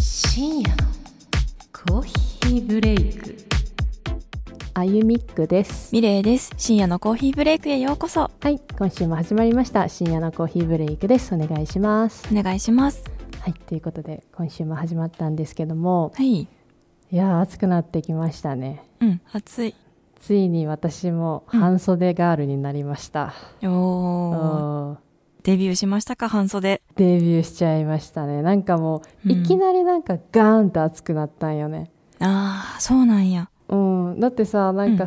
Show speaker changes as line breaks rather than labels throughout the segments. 深夜のコーヒーブレイク
あゆみっくです
ミレイです。深夜のコーヒーブレイクへようこそ。
はい今週も始まりました深夜のコーヒーブレイクですお願いします
お願いします。
はいということで今週も始まったんですけども
はい。
いやー暑くなってきましたね
うん。暑い。
ついに私も半袖ガールになりました、
おー。
おー
デビューしましたか、半袖。
デビューしちゃいましたねなんかもう、
うん
いきなりなんかガーンと暑くなったんよね
あー、そうなんや。
うん、だってさなんか、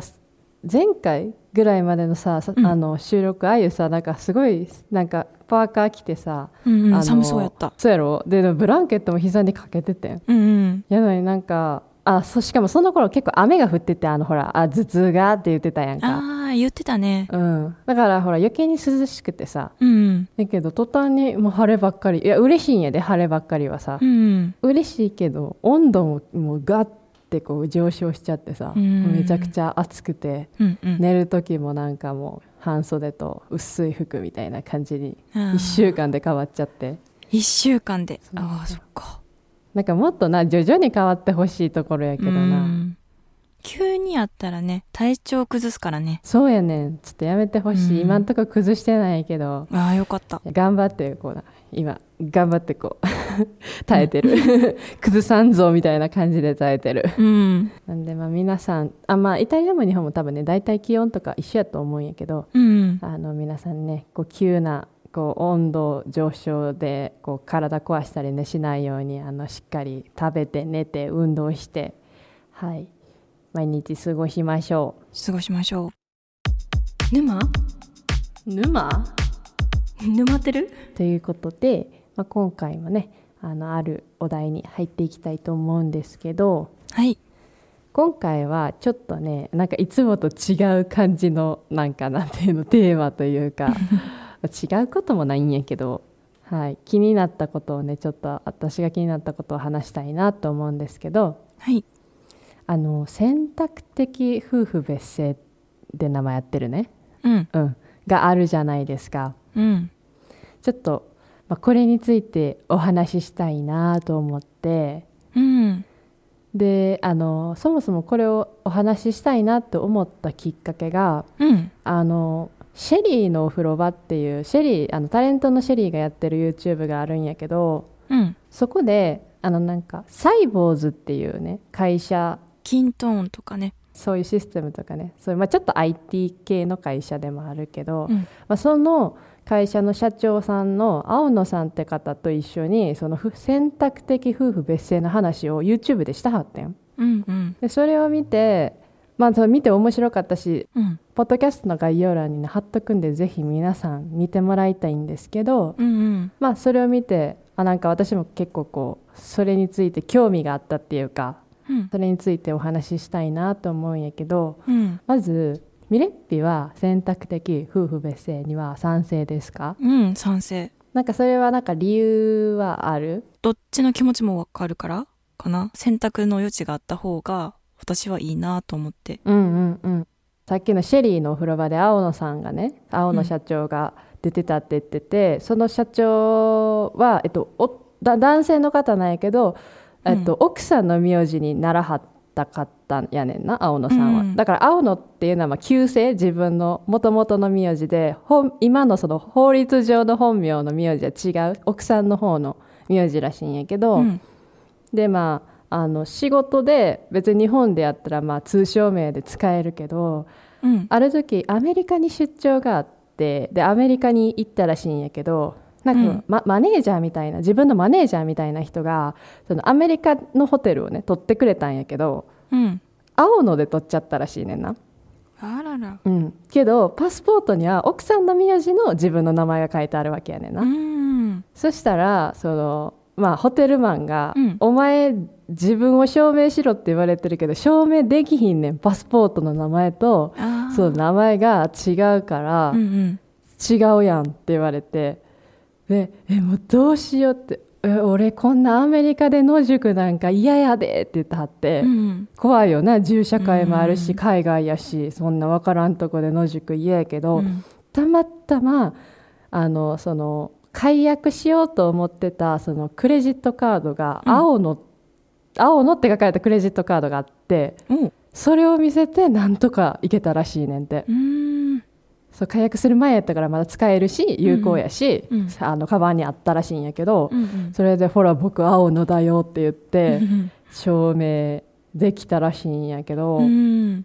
前回ぐらいまでのさ、さ
うん
あの収録あゆさなんかすごいなんかパーカー着てさ、
うんう
あ
ん。
の
寒そうやった。
そうやろででもブランケットも膝にかけててん
うんうん。
やのになんかあそしかもその頃結構雨が降っててあのほらあ頭痛がって言ってたやんか、
あー、言ってたね。
うん、だからほら余計に涼しくてさ
うんうん。
だけど途端にもう晴ればっかりいや嬉しいんやで晴ればっかりはさ
う、ん
嬉しいけど温度ももうガッてこう上昇しちゃってさ
うん
めちゃくちゃ暑くて
うん。うんうん。
寝る時もなんかもう半袖と薄い服みたいな感じに
あー
1週。間で変わっちゃって
一週間で。
そう
あー、そっか。
なんかもっとな徐々に変わってほしいところやけど
う
なん
急にやったらね、体調崩すからね。
そうやねんちょっとやめてほし
う
い
ん
今んとこ崩してないけど
あー、よかった。
頑張ってこうな今頑張ってこう 耐えて る崩さんぞみたいな感じで耐えてる
うん。
なんでまあ皆さんあまあイタリアも日本も多分ね大体気温とか一緒やと思うんやけど
うん。
あの皆さんねこう急なこう温度上昇でこう体壊したりねしないようにあのしっかり食べて寝て運動してはい毎日過ごしましょ
過ごしましょう。沼
う沼
沼ってる
ということで、まあ、今回もねあのあるお題に入っていきたいと思うんですけど
はい。
今回はちょっとねなんかいつもと違う感じのなんかなんていうのテーマというか違うこともないんやけど、はい、気になったことをねちょっと私が気になったことを話したいなと思うんですけど
はい。
あの選択的夫婦別姓で名前やってるね、
うん。
うん、があるじゃないですか
うん。
ちょっと、まあ、これについてお話ししたいなと思って。
うん。
であのそもそもこれをお話ししたいなって思ったきっかけが
うん。
あのシェリーのお風呂場っていうシェリーあのタレントのシェリーがやってる YouTube があるんやけど
うん。
そこであのなんかサイボーズっていうね会社
キントーンとかね。
そういうシステムとかねそういう、まあ、ちょっと IT 系の会社でもあるけど、
うん
まあ、その会社の社長さんの青野さんって方と一緒にそのふ選択的夫婦別姓の話を YouTube でしたはってん。
うんうん。
でそれを見てまあそれ見て面白かったし
うん。
ポッドキャストの概要欄に、ね、貼っとくんでぜひ皆さん見てもらいたいんですけど、
うんうん。
まあそれを見てあなんか私も結構こうそれについて興味があったっていうか
うん
それについてお話ししたいなと思うんやけど
うん。
まずミレッピは選択的夫婦別姓には賛成ですか
うん。賛成。
なんかそれはなんか理由はある
どっちの気持ちもわかるからかな。選択の余地があった方が私はいいなと思って。
うんうんうんさっきのシェリーのお風呂場で青野さんがね青
う
野
ん
社長が出てたって言ってて、その社長は、えっと、おだ男性の方なんやけど、えっと
う
奥さんの名字にならはったかったんやねんな青野さんは、
うん
だから青野っていうのはまあ旧姓自分のもともとの名字で本今のその法律上の本名の名字は違う奥さんの方の名字らしいんやけど、
うん。
でまああの仕事で別に日本でやったらまあ通称名で使えるけど
うん。
ある時アメリカに出張があってでアメリカに行ったらしいんやけどなんか、
うん
まマネージャーみたいな自分のマネージャーみたいな人がそのアメリカのホテルをね取ってくれたんやけど
うん。
青野で取っちゃったらしいねんな、
あらら。
うん、けどパスポートには奥さんの名字の自分の名前が書いてあるわけやねんな、
うん。
そしたらその、まあ、ホテルマンが、
うん
お前自分を証明しろ」って言われてるけど証明できひんねんパスポートの名前と
ああ。
そう名前が違うから、
うんうん。
違うやんって言われてでえもうどうしようってえ俺こんなアメリカで野宿なんか嫌やでって言ってはって。
うんうん。
怖いよな銃社会もあるし、
うん
海外やしそんな分からんとこで野宿嫌やけど、
うん
たまたまあのその解約しようと思ってたそのクレジットカードが
うん
青野青のって書かれたクレジットカードがあって
おう
それを見せてなんとか行けたらしいねんて
ーん
そう解約する前やったからまだ使えるし有効やし、
うん
あのカバンにあったらしいんやけど、
うん
それでほら僕青のだよって言って
うん
証明できたらしいんやけど、
うん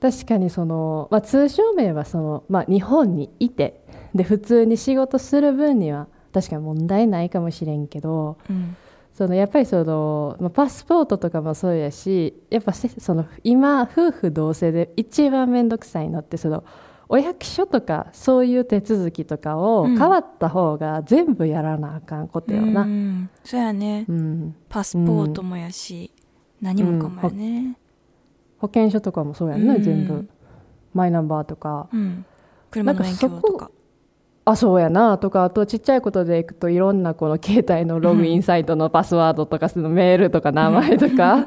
確かにその、まあ、通証明はその、まあ、日本にいてで普通に仕事する分には確かに問題ないかもしれんけど
うん
そのやっぱりその、まあ、パスポートとかもそうやしやっぱせその今夫婦同姓で一番面倒くさいのってそのお役所とかそういう手続きとかを
うん
変わった方が全部やらなあかんことよな。
うんそうやね
うん
パスポートもやし、何もかもやね、
保険証とかもそうやんな、
うん
全部マイナンバーとか
うん車の免許
なん
と
かそ
か
こあそうやなとかあとちっちゃいことでいくといろんなこの携帯のログインサイトのパスワードとかそのメールとか名前とか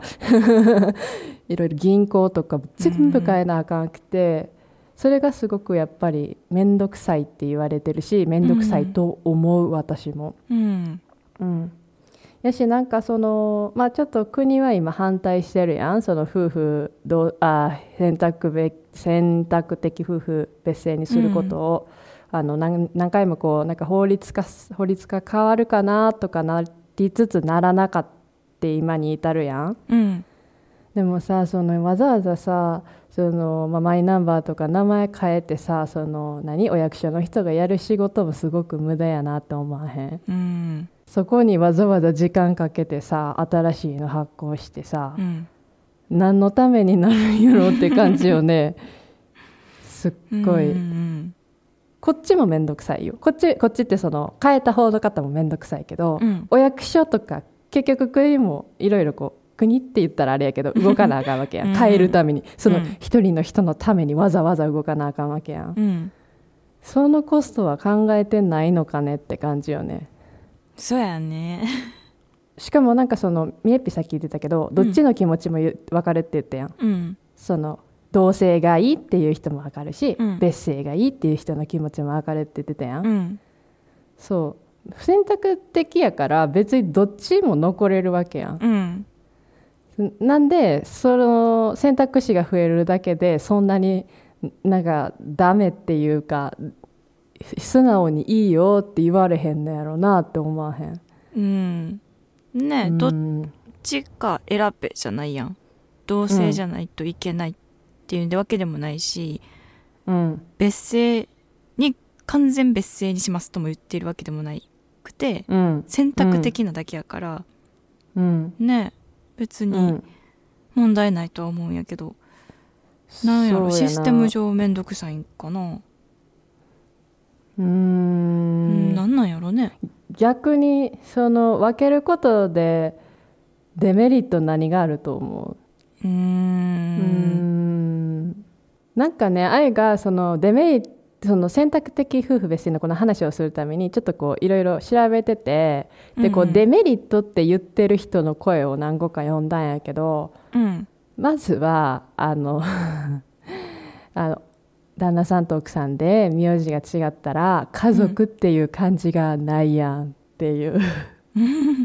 いろいろ銀行とか全部変えなあかんくてそれがすごくやっぱり面倒くさいって言われてるし面倒くさいと思う私も。
うん
うん、やしなんかその、まあ、ちょっと国は今反対してるやんその夫婦どうあ選択べ選択的夫婦別姓にすることを、あの何何回もこうなんか法律か法律が変わるかなとかなりつつならなかった今に至るやん。
うん
でもさそのわざわざさその、まあ、マイナンバーとか名前変えてさその何お役所の人がやる仕事もすごく無駄やなって思わへん
うん
そこにわざわざ時間かけてさ新しいの発行してさ、
うん
何のためになるんやろって感じよねすっごい、
うん
こっちも面倒くさいよこっちこっちってその変えた方の方も面倒くさいけど、
うん
お役所とか結局国もいろいろこう国って言ったらあれやけど動かなあかんわけや
うん
ん変えるためにそうの
ん
一人の人のためにわざわざ動かなあかんわけやん、
うん
そのコストは考えてないのかねって感じよね
そうやね
しかもなんかそのみえっぴさっき言ってたけどどっちの気持ちもゆ分かるって言ったやん、
うん
その同性がいいっていう人も分かるし、
うん
別姓がいいっていう人の気持ちも分かるって言ってたやん、
うん
そう選択的やから別にどっちも残れるわけやん、
うん
なんでその選択肢が増えるだけでそんなになんかダメっていうか素直にいいよって言われへんのやろなって思わへん、
うんねえ、
うん
どっちか選べじゃないやん同性じゃないといけないっていうわけでもないし、
うん
別姓に完全別姓にしますとも言ってるわけでもなくて
うん
選択的なだけやから、
うん
ねえ別
う
に
ん
問題ないとは思うんやけど、なんやろ
そうな
システム上めんどくさいんかな、
うー
うんん、なんなんやろね
逆にその分けることでデメリット何があると思
う
う
ー
うー
ん
んなんかね愛がそのデメリットその選択的夫婦別姓のこの話をするためにちょっとこういろいろ調べててでこ
う
う
んうん
デメリットって言ってる人の声を何個か読んだんやけど
うん
まずはあの あの旦那さんと奥さんで名字が違ったら家族っていう感じがないやんっていう、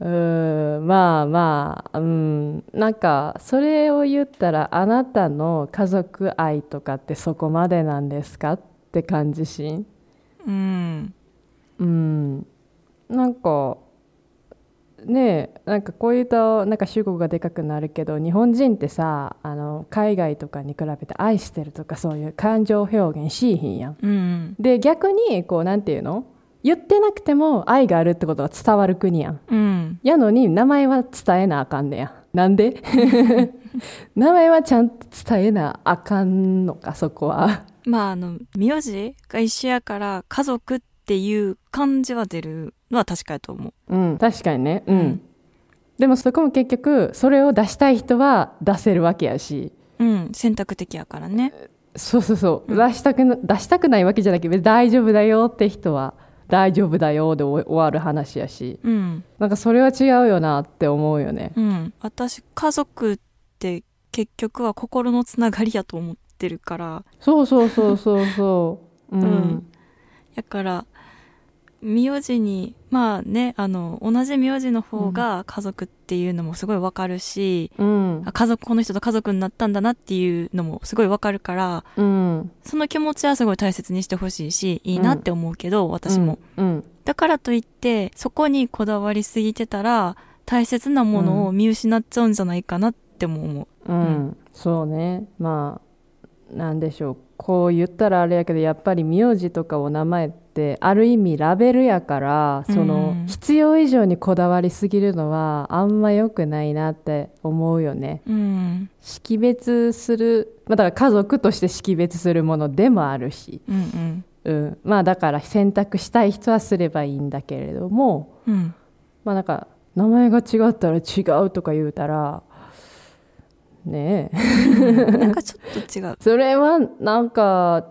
うーんまあまあうんなんかそれを言ったらあなたの家族愛とかってそこまでなんですかって感じしん
うん
うんなんかねえなんかこういうとなんか主語がでかくなるけど日本人ってさあの海外とかに比べて「愛してる」とかそういう感情表現しいひんやん。
うん
で逆にこうなんていうの言ってなくても愛があるってことが伝わる国やん。
うん
やのに名前は伝えなあかんねや。なんで名前はちゃんと伝えなあかんのかそこは。
まああの名字が一緒やから家族っていう感じは出るのは確かやと思
う
う
ん、確かにね、うん
うん
でもそこも結局それを出したい人は出せるわけやし
うん選択的やからね
そうそうそう、
うん
出したくな出したくないわけじゃなくて大丈夫だよって人は大丈夫だよで終終わる話やし
うん
なんかそれは違うよなって思うよね
うん私家族って結局は心のつながりやと思ってるから
そうそうそうそうそううん、
うんやから名字にまあねあの同じ名字の方が家族っていうのもすごいわかるし、
うん
あ家族この人と家族になったんだなっていうのもすごいわかるから
うん
その気持ちはすごい大切にしてほしいしいいなって思うけど、私も、
うん
だからといってそこにこだわりすぎてたら大切なものを見失っちゃうんじゃないかなっても思う、
うん、そうねまあなんでしょうこう言ったらあれやけどやっぱり名字とかお名前ってある意味ラベルやからその、
うん
必要以上にこだわりすぎるのはあんま良くないなって思うよね
うん、
識別する、まあ、だから家族として識別するものでもあるし、
うんうん
うん、まあだから選択したい人はすればいいんだけれども
うん
まあなんか名前が違ったら違うとか言うたらねえ
なんかちょっと違う
それはなんか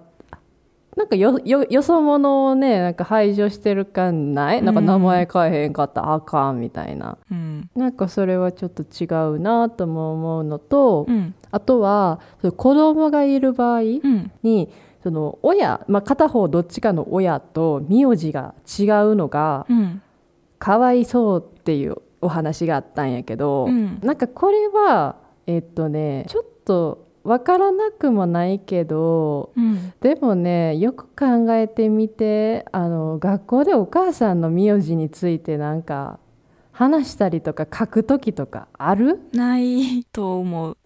なんかよよよそ者をねなんか排除してる感ないなんか
うん
名前変えへんかったらあかんみたいな、
うん
なんかそれはちょっと違うなとも思うのと、
うん
あとはその子供がいる場合
うん
にその親、まあ、片方どっちかの親と名字が違うのが
うん
かわいそうっていうお話があったんやけど、
うん
なんかこれはえっとねちょっとわからなくもないけど
うん
でもねよく考えてみてあの学校でお母さんの名字についてなんか話したりとか書く時とかある
ないと思う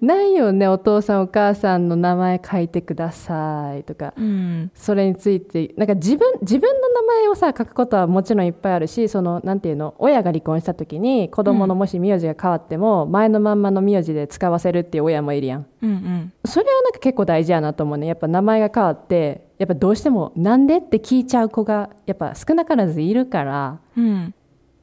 ないよねお父さんお母さんの名前書いてくださいとか
うん
それについてなんか自分自分の名前をさ書くことはもちろんいっぱいあるしそのなんていうの親が離婚した時に子供のもし名字が変わっても、前のまんまの名字で使わせるっていう親もいるやん
うんうん
それはなんか結構大事やなと思うねやっぱ名前が変わってやっぱどうしてもなんでって聞いちゃう子がやっぱ少なからずいるから
うん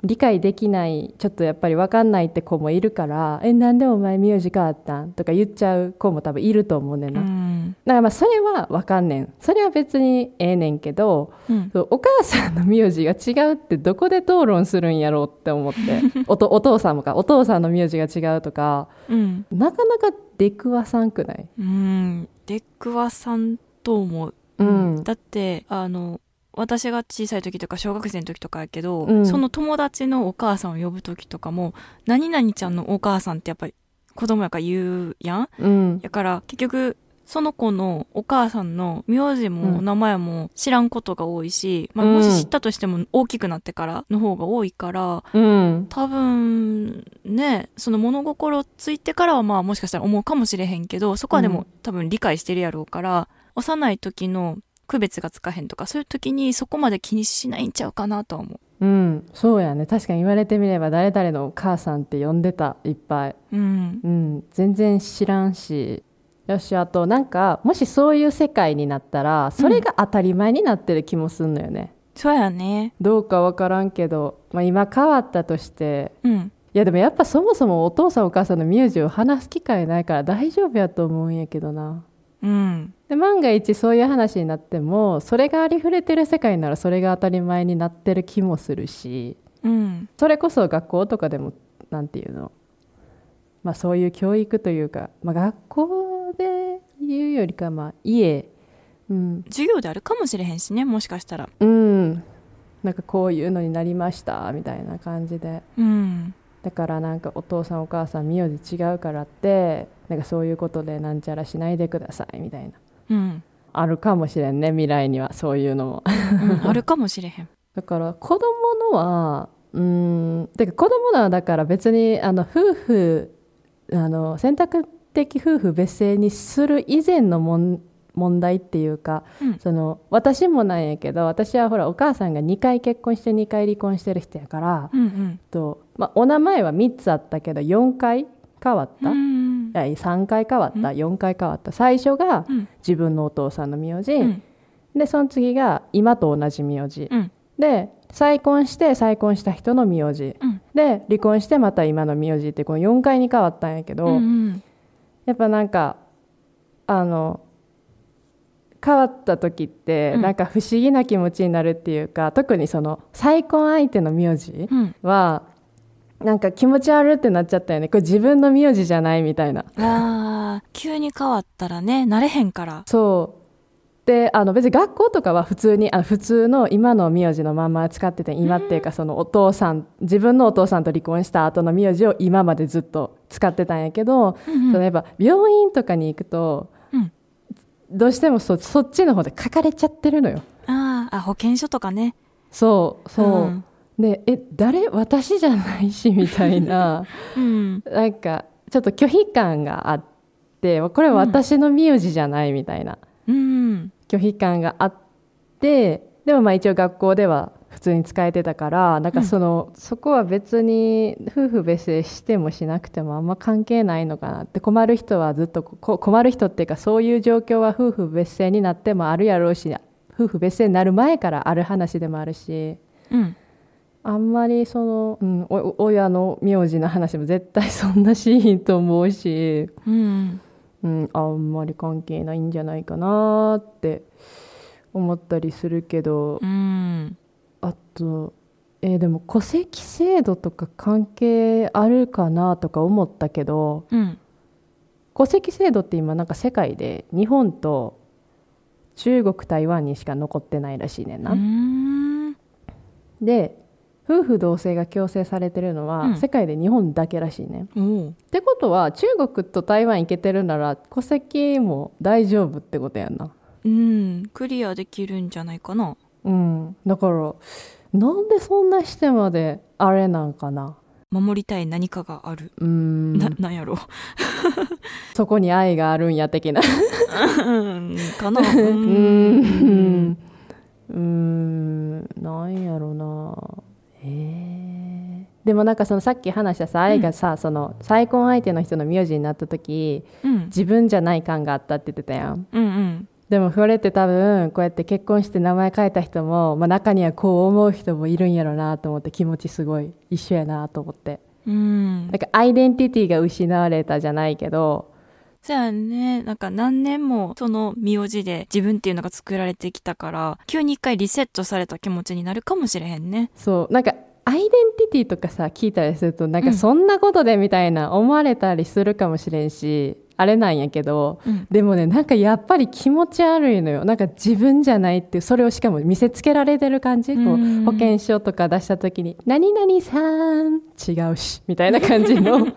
理解できないちょっとやっぱり分かんないって子もいるから「えなんでお前名字変わったん?」とか言っちゃう子も多分いると思うねん
う
な、だか
ん
らまあそれは分かんねんそれは別にええねんけど
うん
そうお母さんの名字が違うってどこで討論するんやろうって思っておとお父さんもかお父さんの名字が違うとか
うん
なかなか出くわさんくない
うん出くわさんと思う、
うん
だってあの私が小さい時とか小学生の時とかやけど、
うん
その友達のお母さんを呼ぶ時とかも「何々ちゃんのお母さん」ってやっぱり子供やから言うやん
うん
やから結局その子のお母さんの名字
う
もお
ん
名前も知らんことが多いし、まあ、
うん
もし知ったとしても大きくなってからの方が多いから
うん
多分ねその物心ついてからはまあもしかしたら思うかもしれへんけどそこはで
う
も多分理解してるやろうから、幼い時の区別がつかへんとかそういう時にそこまで気にしないんちゃうかなとは思。
うんそうやね確かに言われてみれば誰々のお母さんって呼んでたいっぱいう
うん
うん全然知らんしよしあとなんかもしそういう世界になったらそれが当たり前になってる気もすんのよね、
そうやね
どうかわからんけど、まあ、今変わったとして
うん
いやでもやっぱそもそもお父さんお母さんの名字を話す機会ないから大丈夫やと思うんやけどな
うん
で万が一そういう話になってもそれがありふれてる世界ならそれが当たり前になってる気もするし
うん
それこそ学校とかでもなんていうのまあそういう教育というか、まあ、学校で言うよりかまあ家うん、
授業であるかもしれへんしねもしかしたら
うん、なんかこういうのになりましたみたいな感じで
うん
だからなんかお父さんお母さん名字違うからってなんかそういうことでなんちゃらしないでくださいみたいな
うん
あるかもしれんね未来にはそういうのも
うん、あるかもしれ へん。
だから子供のはうーんてか子供のはだから別にあの夫婦あの選択的夫婦別姓にする以前のもん問題っていうか、
うん
その私もなんやけど私はほらお母さんが2回結婚して2回離婚してる人やから、
うん
とまあ、お名前は3つあったけど4回変わっ
うん。
た、
うん。
いや3回変わった、
うん
4回変わった最初が
うん
自分のお父さんの名字、
うん。
でその次が今と同じ名字、
うん。
で再婚して再婚した人の名字
うん。
で離婚してまた今の名字ってこの4回に変わったんやけど、
うん。
やっぱなんかあの変わった時って
うん
なんか不思議な気持ちになるっていうか、特にその再婚相手の名字、
うん。
はなんか気持ち悪ってなっちゃったよねこれ自分の名字じゃないみたいな
ああ、急に変わったらね、慣れへんから。
そであの別に学校とかは普通にあ普通の今の名字のまんま使ってて今っていうかそのお父さん自分のお父さんと離婚した後の名字を今までずっと使ってたんやけど、
うんう
そ
ん
のやっぱ病院とかに行くと、
うん
どうしてもそそっちの方で書かれちゃってるのよ
あーあ、保険証とかね。
そうそう、
ん
でえ誰私じゃないしみたい な
うん。
なんかちょっと拒否感があってこれは私の名字じゃないみたいな、
うん。
拒否感があってでもまあ一応学校では普通に使えてたからなんかその、そこは別に夫婦別姓してもしなくてもあんま関係ないのかなって困る人はずっとこ困る人っていうかそういう状況は夫婦別姓になってもあるやろうし夫婦別姓になる前からある話でもあるし
うん。
あんまりその、うん、おお親の名字の話も絶対そんなシーンと思うし。
うん。
うん、あんまり関係ないんじゃないかなって思ったりするけど、
うん。
あと、えーでも戸籍制度とか関係あるかなとか思ったけど
うん。
戸籍制度って今なんか世界で日本と中国台湾にしか残ってないらしいねんな。
うん。
で夫婦同姓が強制されてるのは、
うん
世界で日本だけらしいねん。っ
おう
てことは中国と台湾行けてるなら戸籍も大丈夫ってことやんな。
うん。クリアできるんじゃないかな。
うん、だからなんでそんなしてまであれなんかな
守りたい何かがある。
うーん
な、なん やろ。
そこに愛があるんや的な
うん。かな。う
うーんうーんなんやろなえーでもなんかそのさっき話したさ愛がさ、その再婚相手の人の名字になった時
うん。
自分じゃない感があったって言ってたやん
うんうん。
でもそれって多分こうやって結婚して名前変えた人も、まあ、中にはこう思う人もいるんやろなと思って気持ちすごい一緒やなと思って
うん
なん。かアイデンティティが失われたじゃないけど、
じゃあね、なんか何年もその名字で自分っていうのが作られてきたから、急に一回リセットされた気持ちになるかもしれへんね。
そう、なんかアイデンティティとかさ、聞いたりすると、なん
う
か
ん
そんなことでみたいな思われたりするかもしれんし、あれなんやけど、
うん。
でもね、なんかやっぱり気持ち悪いのよ。なんか自分じゃないっていう、それをしかも見せつけられてる感じ。こ
う
うん保険証とか出した時に、何々さん、違うし、みたいな感じの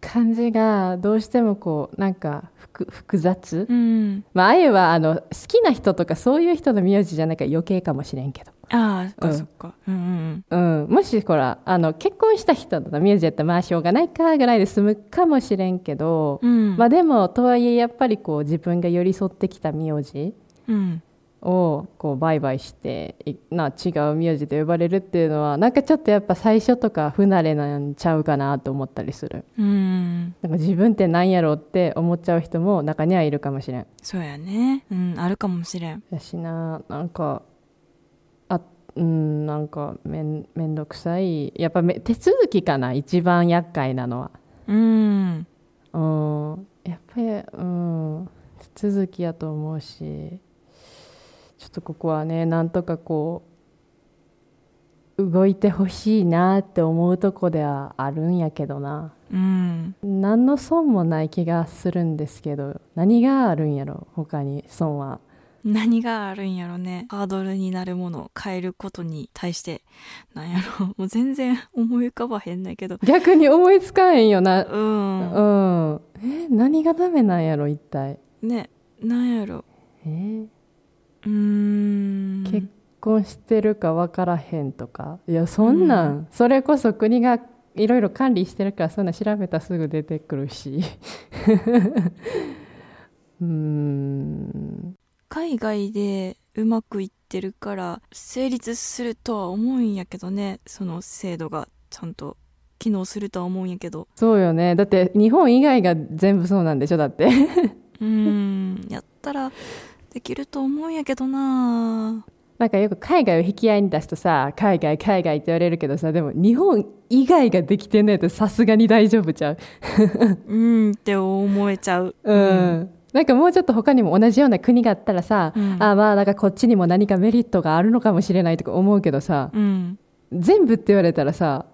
感じが、どうしてもこう、なんか複複雑。
うん。
まあ、あゆはあの好きな人とかそういう人の名字じゃないから余計かもしれんけど、
ああ、そっ
うん
かそっか。うんうん
うん、もしほらあの結婚した人の名字やったらまあしょうがないかぐらいで済むかもしれんけど、
うん。うん。
まあ、でもとはいえやっぱりこう自分が寄り添ってきた名字
うん。
をこう売買していな違う名字で呼ばれるっていうのはなんかちょっとやっぱ最初とか不慣れなんちゃうかなと思ったりする
うん。
なんか自分ってなんやろうって思っちゃう人も中にはいるかもしれん。
そうやね。うん、あるかもしれん。
やしななんかあうんなんかめんめんどくさいやっぱめ手続きかな一番厄介なのは
うん。
うんやっぱりうん手続きやと思うしちょっとここはねなんとかこう動いてほしいなって思うとこではあるんやけどな
うん。
何の損もない気がするんですけど何があるんやろ他に損は
何があるんやろね。ハードルになるものを変えることに対して、なんやろ。 もう全然思い浮かばへんねんけど。
逆に思いつかへんよな
うん。
うん、え何がダメなんやろ一体、
ねなんやろ
えー
うーん
結婚してるか分からへんとかいやそんなん、それこそ国がいろいろ管理してるからそんなん調べたらすぐ出てくるし うーん
海外でうまくいってるから成立するとは思うんやけどねその制度がちゃんと機能するとは思うんやけど
そうよねだって日本以外が全部そうなんでしょだって
うーんやったらできると思うんやけどな
なんかよく海外を引き合いに出すとさ海外海外って言われるけどさでも日本以外ができてないとさすがに大丈夫ちゃう
うんって思えちゃう
うん、なんかもうちょっと他にも同じような国があったらさ、
うん
あまあなんかこっちにも何かメリットがあるのかもしれないとか思うけどさ
うん
全部って言われたらさ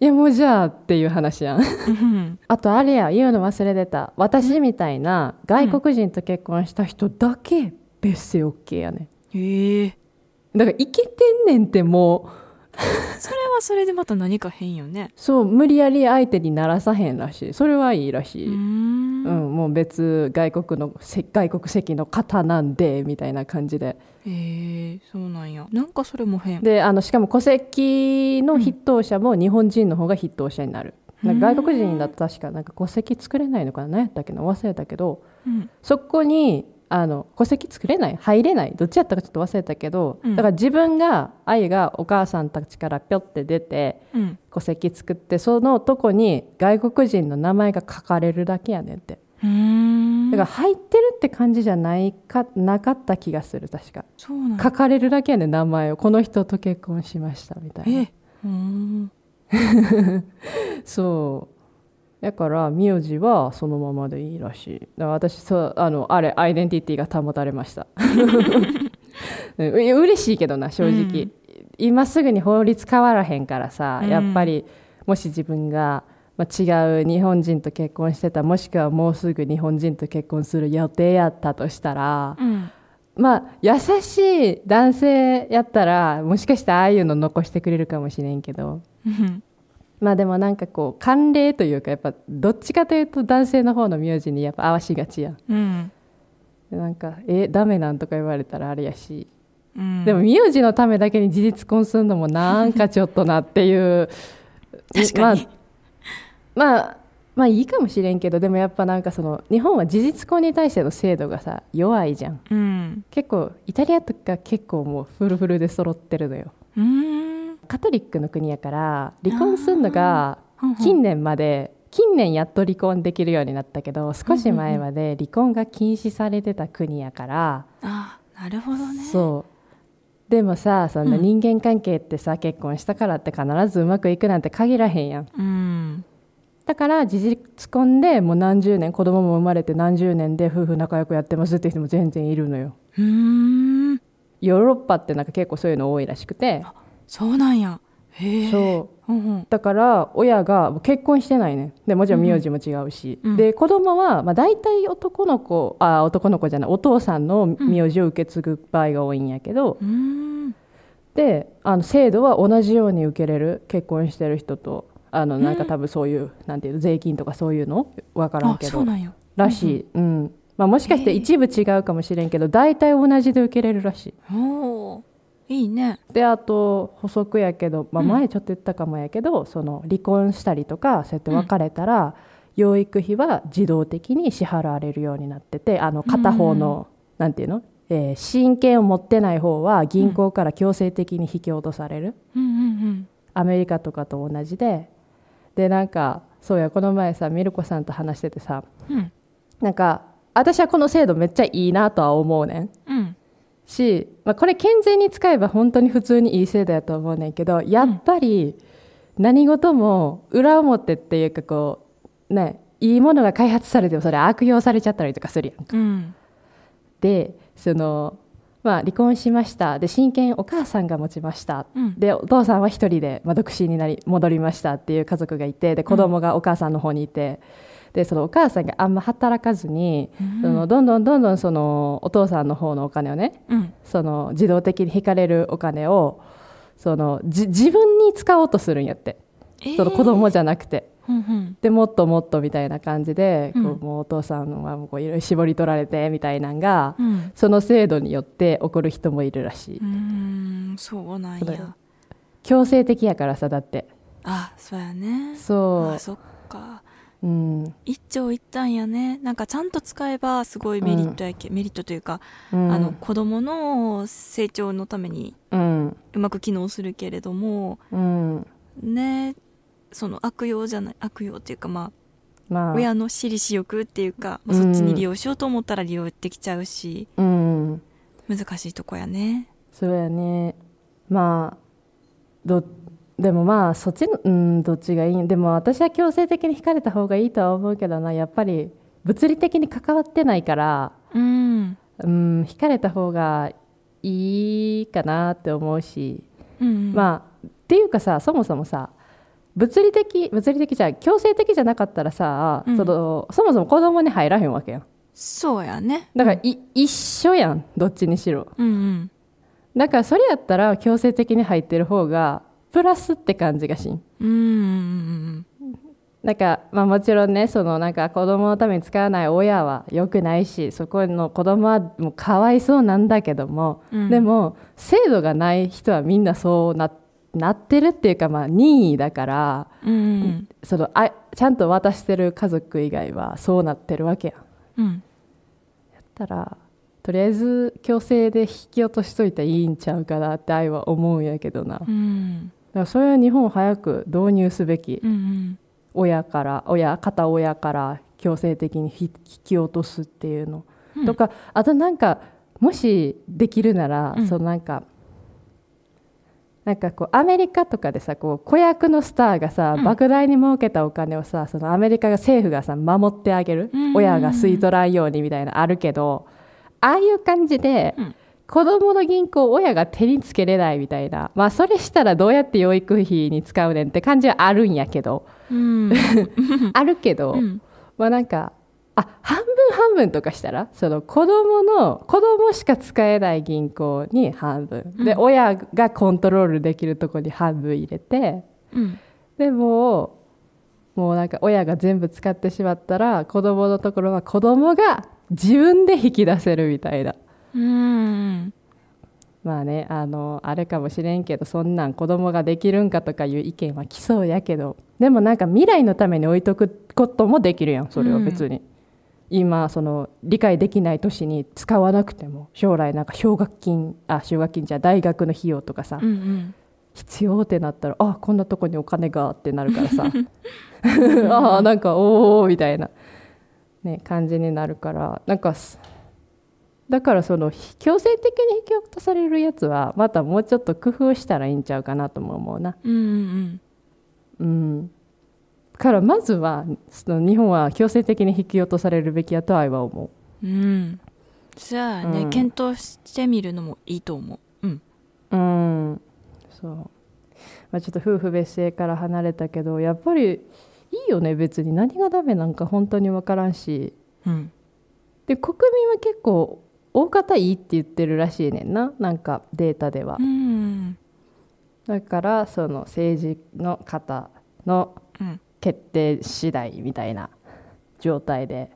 いやもうじゃあっていう話やん
うん
あとあれや言うの忘れてた私みたいな外国人と結婚した人だけ別姓 OK やね
へえ
だからいけてんねんってもう
それはそれでまた何か変よね
そう無理やり相手にならさへんらしいそれはいいらしい、
うー
うん
ん
もう別外国のせ外国籍の方なんでみたいな感じで
へえそうなんやなんかそれも変
であのしかも戸籍の筆頭者も日本人の方が筆頭者になる、なんか外国人だと確かなんか戸籍作れないのかな何やったっけな忘れたけど
うん
そこにあの戸籍作れない入れないどっちやったかちょっと忘れたけど、
うん
だから自分が愛がお母さんたちからぴょって出て
うん
戸籍作ってそのとこに外国人の名前が書かれるだけやねんって
うーん
だから入ってるって感じじゃないかなかった気がする確か
そうなんや
書かれるだけやねん名前をこの人と結婚しましたみたいな
えうーん
そうだから名字はそのままでいいらしいだから私そうあのあれアイデンティティが保たれました うんう嬉しいけどな正直、
うん
今すぐに法律変わらへんからさ、
うん
やっぱりもし自分が、まあ、違う日本人と結婚してたもしくはもうすぐ日本人と結婚する予定やったとしたら、
うん
まあ優しい男性やったらもしかしたらああいうの残してくれるかもしれんけど
うん
まあでもなんかこう慣例というかやっぱどっちかというと男性の方の名字にやっぱ合わしがちやん
うん
でなんか「えダメなん?」とか言われたらあれやし、
うん
でも名字のためだけに事実婚するのもなんかちょっとなっていう
確かに
まあ、まあまあいいかもしれんけどでもやっぱなんかその日本は事実婚に対しての制度がさ弱いじゃん
うん
結構イタリアとか結構もうフルフルで揃ってるのよ
うーん
カトリックの国やから離婚するのが
ほんほん
近年まで近年やっと離婚できるようになったけど少し前まで離婚が禁止されてた国やから
あなるほどね
そうでもさそんな
うん
人間関係ってさ結婚したからって必ずうまくいくなんて限らへんやん
うん
だから事実婚でもう何十年子供も生まれて何十年で夫婦仲良くやってますって人も全然いるのよ
うーん
ヨーロッパってなんか結構そういうの多いらしくて
そうなんやへえ
そう
ほんほん
だから親が結婚してないねでもちろん名字も違うし、
うん
で子供はまあ大体男の子あ男の子じゃないお父さんの名字を受け継ぐ場合が多いんやけど、
うーん
であの制度は同じように受けれる結婚してる人とあのなんか多分そういう,、なんていうの税金とかそういうの分からん
あ
け
そ
ど
うなんや
らしい、うんまあ、もしかして一部違うかもしれんけど大体同じで受けれるらしい。
おおいいね
であと補足やけど、まあ、
うん
前ちょっと言ったかもやけど、その離婚したりとかそうやって別れたら、養育費は自動的に支払われるようになっててあの片方の、なんていうの、えー親権を持ってない方は銀行から強制的に引き落とされる、
うんうんうん
アメリカとかと同じででなんかそうやこの前さミルコさんと話しててさ
うん
なんか私はこの制度めっちゃいいなとは思うねん。
うん
し、まあ、これ健全に使えば本当に普通にいい制度やと思うねんけどやっぱり何事も裏表っていうかこうねいいものが開発されてもそれ悪用されちゃったりとかするやん。
うん
でそのまあ離婚しましたで親権お母さんが持ちました、
うん
でお父さんは一人で、まあ、独身になり戻りましたっていう家族がいてで子供がお母さんの方にいて、でそのお母さんがあんま働かずに、そのどんどんどんどんそのお父さんの方のお金をね
うん
その自動的に引かれるお金をそのじ自分に使おうとするんやってその子供じゃなくて、
ほんほん
でもっともっとみたいな感じで、
うん
こうもうお父さんはもうこういろいろ絞り取られてみたいなんが、
うん
その制度によって起こる人もいるらしい、
うーんそうなん
そうだ
や
よ強制的やからさだって
あそうやね
そ
あそっか
う、うんうん、
一長一短やねなんかちゃんと使えばすごいメリットやけ、メリットというか、あの子供の成長のために
うん
うまく機能するけれども
うん
ねその悪用じゃない悪用っていうかまあ
まあ
親の私利私欲っていうか、まあ
うん
そっちに利用しようと思ったら利用できちゃうし
うん
難しいとこやね
そうやねまあどでもまあそっちのうんどっちがいいんでも私は強制的に引かれた方がいいとは思うけどなやっぱり物理的に関わってないから
うん
うん引かれた方がいいかなって思うし、
うん
まあっていうかさそもそもさ物理的物理的じゃ強制的じゃなかったらさ、
うん
そのそもそも子供に入らへんわけやん
そうやね
だからい、一緒やんどっちにしろ
うんうん
だからそれやったら強制的に入ってる方がプラスって感じがしん
うんうん
なんか、まあ、もちろんねそのなんか子供のために使わない親は良くないしそこの子供はもうかわいそうなんだけども、
うん
でも制度がない人はみんなそうななってるっていうか、まあ、任意だから
うんうん
そのあちゃんと渡してる家族以外はそうなってるわけやん。
うん
やったらとりあえず強制で引き落としといたらいいんちゃうかなって愛は思うんやけどな、だ
う
か
ん
らそれは日本早く導入すべき、
うんうん
親から親片親から強制的に引引き落とすっていうの、
うん
とかあとなんかもしできるなら、
うん
そのなんかなんかこうアメリカとかでさこう子役のスターがさ、
うん
莫大に儲けたお金をさそのアメリカが政府がさ守ってあげる、
うん
親が吸い取らんようにみたいなあるけどああいう感じで、
うん
子どもの銀行を親が手につけれないみたいな、まあ、それしたらどうやって養育費に使うねんって感じはあるんやけど、
うん
あるけど、
うん
まあなんかあ半分半分とかしたらその子供の子供しか使えない銀行に半分、で
うん
親がコントロールできるとこに半分入れて
うん
でもうもうなんか親が全部使ってしまったら子供のところは子供が自分で引き出せるみたいな。
うん
まあねあのあれかもしれんけどそんなん子供ができるんかとかいう意見は来そうやけどでもなんか未来のために置いとくこともできるやんそれは別に、今その理解できない年に使わなくても将来なんか奨学金あ奨学金じゃ大学の費用とかさ、
うん
必要ってなったらあこんなとこにお金がってなるからさ ああなんかおおみたいな、ね、感じになるからなんかすだからそのひ強制的に引き落とされるやつはまたもうちょっと工夫したらいいんちゃうかなとも思うな。
うんうん
うんからまずはその日本は強制的に引き落とされるべきやと愛は思う。
うんじゃあね、
うん
検討してみるのもいいと思ううん
うんそう、まあ、ちょっと夫婦別姓から離れたけどやっぱりいいよね別に何がダメなんか本当に分からんし
うん
で国民は結構大方いいって言ってるらしいねんななんかデータでは
うん
だからその政治の方の
うん
決定次第みたいな状態で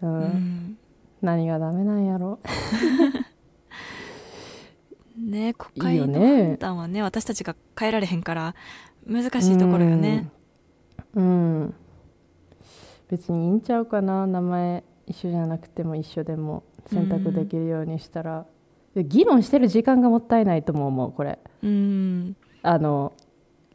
うん、
うん
何がダメなんやろ
ね国
いい
会
よ
の
ね
判断はね私たちが変えられへんから難しいところよね
うん、うん別にいいんちゃうかな名前一緒じゃなくても一緒でも選択できるようにしたら、で議論してる時間がもったいないとも思うこれ
うん
あの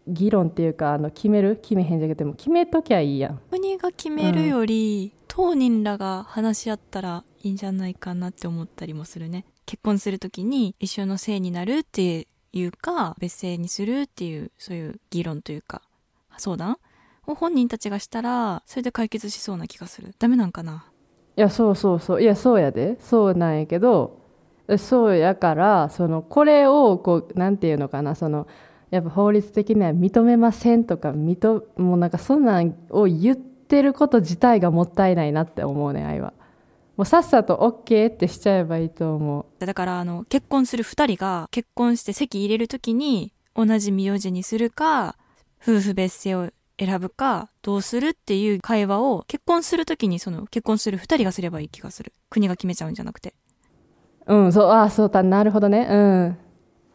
議論っていうかあの決める決めへんじゃなくても決めときゃいいやん
国が決めるより、当人らが話し合ったらいいんじゃないかなって思ったりもするね結婚するときに一緒の姓になるっていうか別姓にするっていうそういう議論というか相談を本人たちがしたらそれで解決しそうな気がするダメなんかない
やそうそうそういやそうやでそうなんやけどそうやからそのこれをこうなんていうのかなそのやっぱ法律的には認めませんとか認もうなんかそんなんを言ってること自体がもったいないなって思うね愛はもうさっさと OK ってしちゃえばいいと思う
だからあの結婚する2人が結婚して籍入れる時に同じ名字にするか夫婦別姓を選ぶかどうするっていう会話を結婚する時にその結婚する2人がすればいい気がする国が決めちゃうんじゃなくて
うんそうああそうだなるほどねうん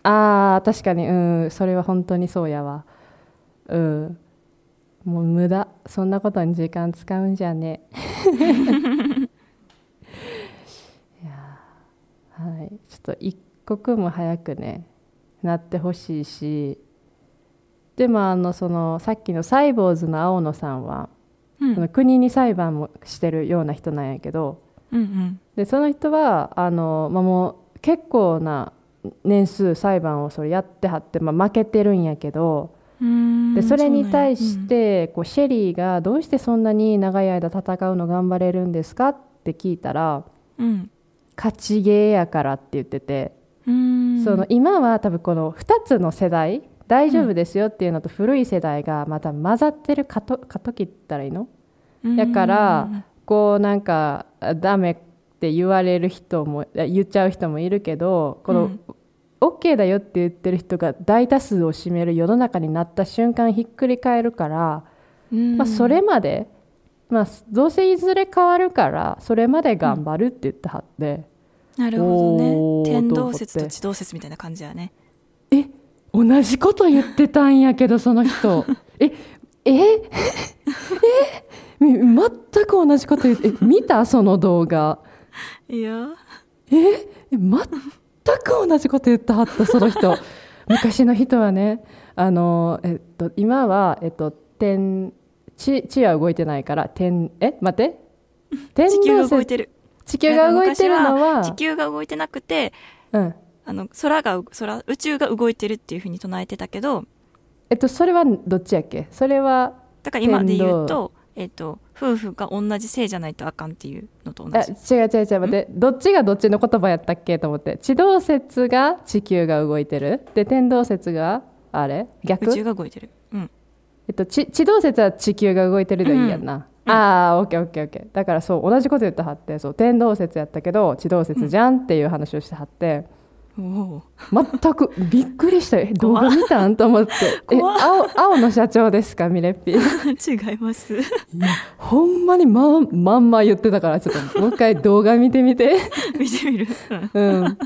ああ確かにうんそれは本当にそうやわうんもう無駄そんなことに時間使うんじゃね いやーはいちょっと一刻も早くねなってほしいしでもあのそのさっきのサイボーズの青野さんは、
うんう
その
ん
国に裁判もしてるような人なんやけど、
うん
でその人はあの、まあ、もう結構な年数裁判をそれやってはって、まあ、負けてるんやけど
うーん
でそれに対し
そうなんや
てこうシェリーがどうしてそんなに長い間戦うの頑張れるんですかって聞いたら
うん
勝ちゲーやからって言ってて、
うんうーん
その今は多分この2つの世代大丈夫ですよっていうのと古い世代がまた混ざってる過渡過渡期って言ったらいいのだから
うん
こうなんかあダメって言われる人もあ言っちゃう人もいるけどこの、
うん
OK だよって言ってる人が大多数を占める世の中になった瞬間ひっくり返るから、
うん
まあ、それまで、まあ、どうせいずれ変わるからそれまで頑張るって言ってはって、
なるほど
お
ね
ー
天動説
と
と
思って
地動説みたいな感じやね
同じこと言ってたんやけどその人 えええみ全く同じこと言ってえ見たその動画
いや
え全く同じこと言ってはったその 人昔の人はねあの、えっと、今は、えっと、天地地は動いてないから天え待って天
地球が動
て
いてる
地球が動いてるの
なんか
は
昔地球が動いてなくて
うん
あの空が空宇宙が動いてるっていうふうに唱えてたけど
えっと、それはどっちやっけそれは
だから今で言うと,、えっと夫婦が同じ性じゃないとあかんっていうのと同
あ
じ
違う違う違う待ってどっちがどっちの言葉やったっけと思って地動説が地球が動いてるで天動説があれ逆
宇宙が動いてるうん
えっと、ち地動説は地球が動いてるでいいやんな、ああオッケーオッケーオッケーだからそう同じこと言ってはってそう天動説やったけど地動説じゃんっていう話をしてはって、
おお
全 くびっくりしたよえ動画見たんと思ってえ
怖っ
青青の社長ですかミレッピ
ー 違います
ほんまにまんまんま言ってたからちょ っともう一回動画見てみて
見 てみる、う
う
ん
ん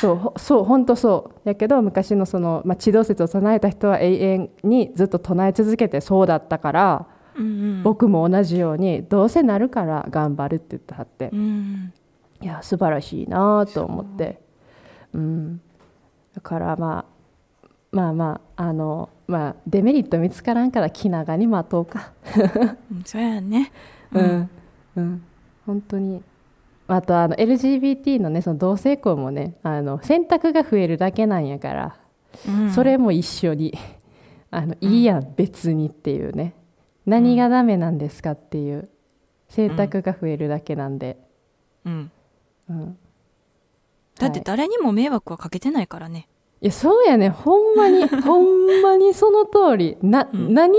そうほそう本当そうやけど昔のその、まあ、地動説を唱えた人は永遠にずっと唱え続けてそうだったから
うんうん、
僕も同じようにどうせなるから頑張るって言ってはって、
うん
いや素晴らしいなと思ってうんだからまあまあまああのまあデメリット見つからんから気長に待とうか
うんそうやね
うん、うん本当にあとあの LGBT のねその同性婚もねあの選択が増えるだけなんやから、
うん
それも一緒に あのいいやん、別にっていうね何がダメなんですかっていう選択が増えるだけなんで、
うん
うん
だって
はい
誰にも迷惑はかけてないからね、
いやそうやねほんま にほんまにその通りな、
うん
何があ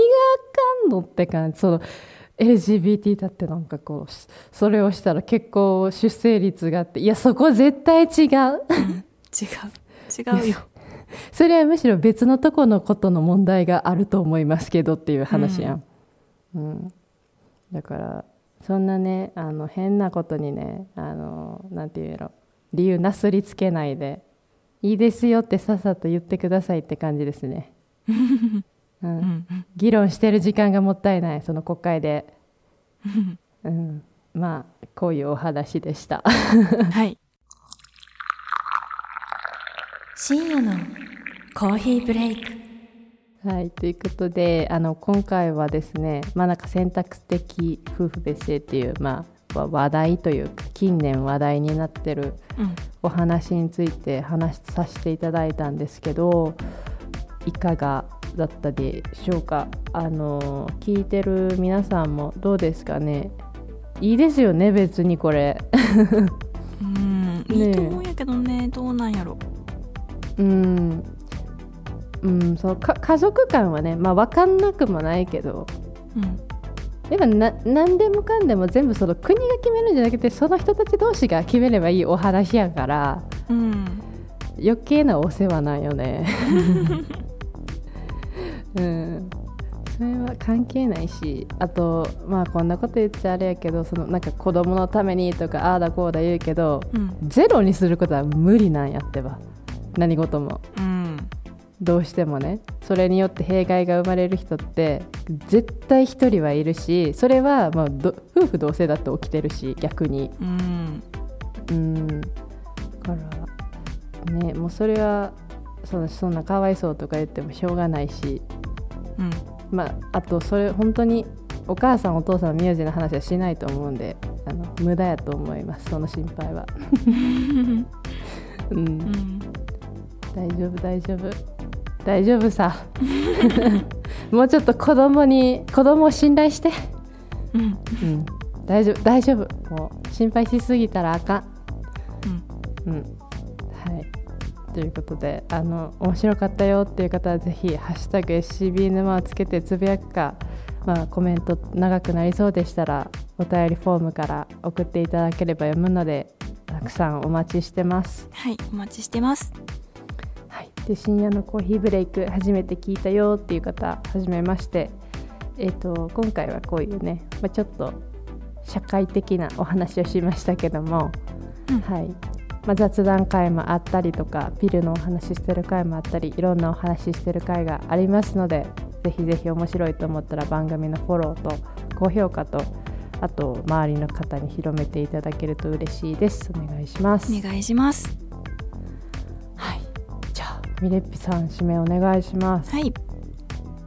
かんのって感じその LGBT だってなんかこうしそれをしたら結構出生率があっていやそこ絶対違う
うん違う違うよ
それはむしろ別のとこのことの問題があると思いますけどっていう話やん、うんだからそんなねあの変なことにねあのなんていうやろ理由なすりつけないでいいですよってさっさと言ってくださいって感じです ね、う、
うんんうん
議論してる時間がもったいないその国会で、 うん、まあこういうお話でした
はい
深夜のコーヒーブレイク
はいということであの今回はですねまあなんか選択的夫婦別姓っていうまあわ話題というか近年話題になってる
うん
お話について話させていただいたんですけどいかがだったでしょうかあの聞いてる皆さんもどうですかねいいですよね別にこれ
うん
ねえ
いいと思うんやけどねどうなんやろ
うん、うん、そのか家族間はね、まあ、分かんなくもないけど
うん
やっぱな何でもかんでも全部その国が決めるんじゃなくてその人たち同士が決めればいいお話やから
うん
余計なお世話なんよね。うんそれは関係ないしあとまあこんなこと言っちゃあれやけどそのなんか子供のためにとかああだこうだ言うけど
うん
ゼロにすることは無理なんやってば何事も。
うん
どうしてもねそれによって弊害が生まれる人って絶対一人はいるしそれはまあど夫婦同姓だって起きてるし逆に
うん
うんだからねもうそれはそのそんなかわいそうとか言ってもしょうがないし、
うん
まあ、あとそれ本当にお母さんお父さん名字の話はしないと思うんであの無駄やと思いますその心配は、う、
うんん
大丈夫大丈夫大丈夫さ もうちょっと子供に子供を信頼して、
うん
うん、大丈夫大丈夫もう心配しすぎたらあかん、うんはい、ということであの面白かったよっていう方はぜひ「ハッシュタグ #SCB 沼」をつけてつぶやくか、まあ、コメント長くなりそうでしたらお便りフォームから送っていただければ読むのでたくさんお待ちしてます、
はいお待ちしてます
はい、で深夜のコーヒーブレイク初めて聞いたよっていう方はじめまして、えっと今回はこういうね、まあ、ちょっと社会的なお話をしましたけども、
うん
はいまあ、雑談会もあったりとかピルのお話ししてる会もあったりいろんなお話ししてる会がありますのでぜひぜひ面白いと思ったら番組のフォローと高評価とあと周りの方に広めていただけると嬉しいですお願いします。
お願いします
はい、じゃあミレッピさん締めお願いします。
はい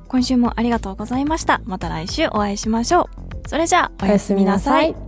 今週もありがとうございましたまた来週お会いしましょうそれじゃあおやすみなさい
おやすみなさい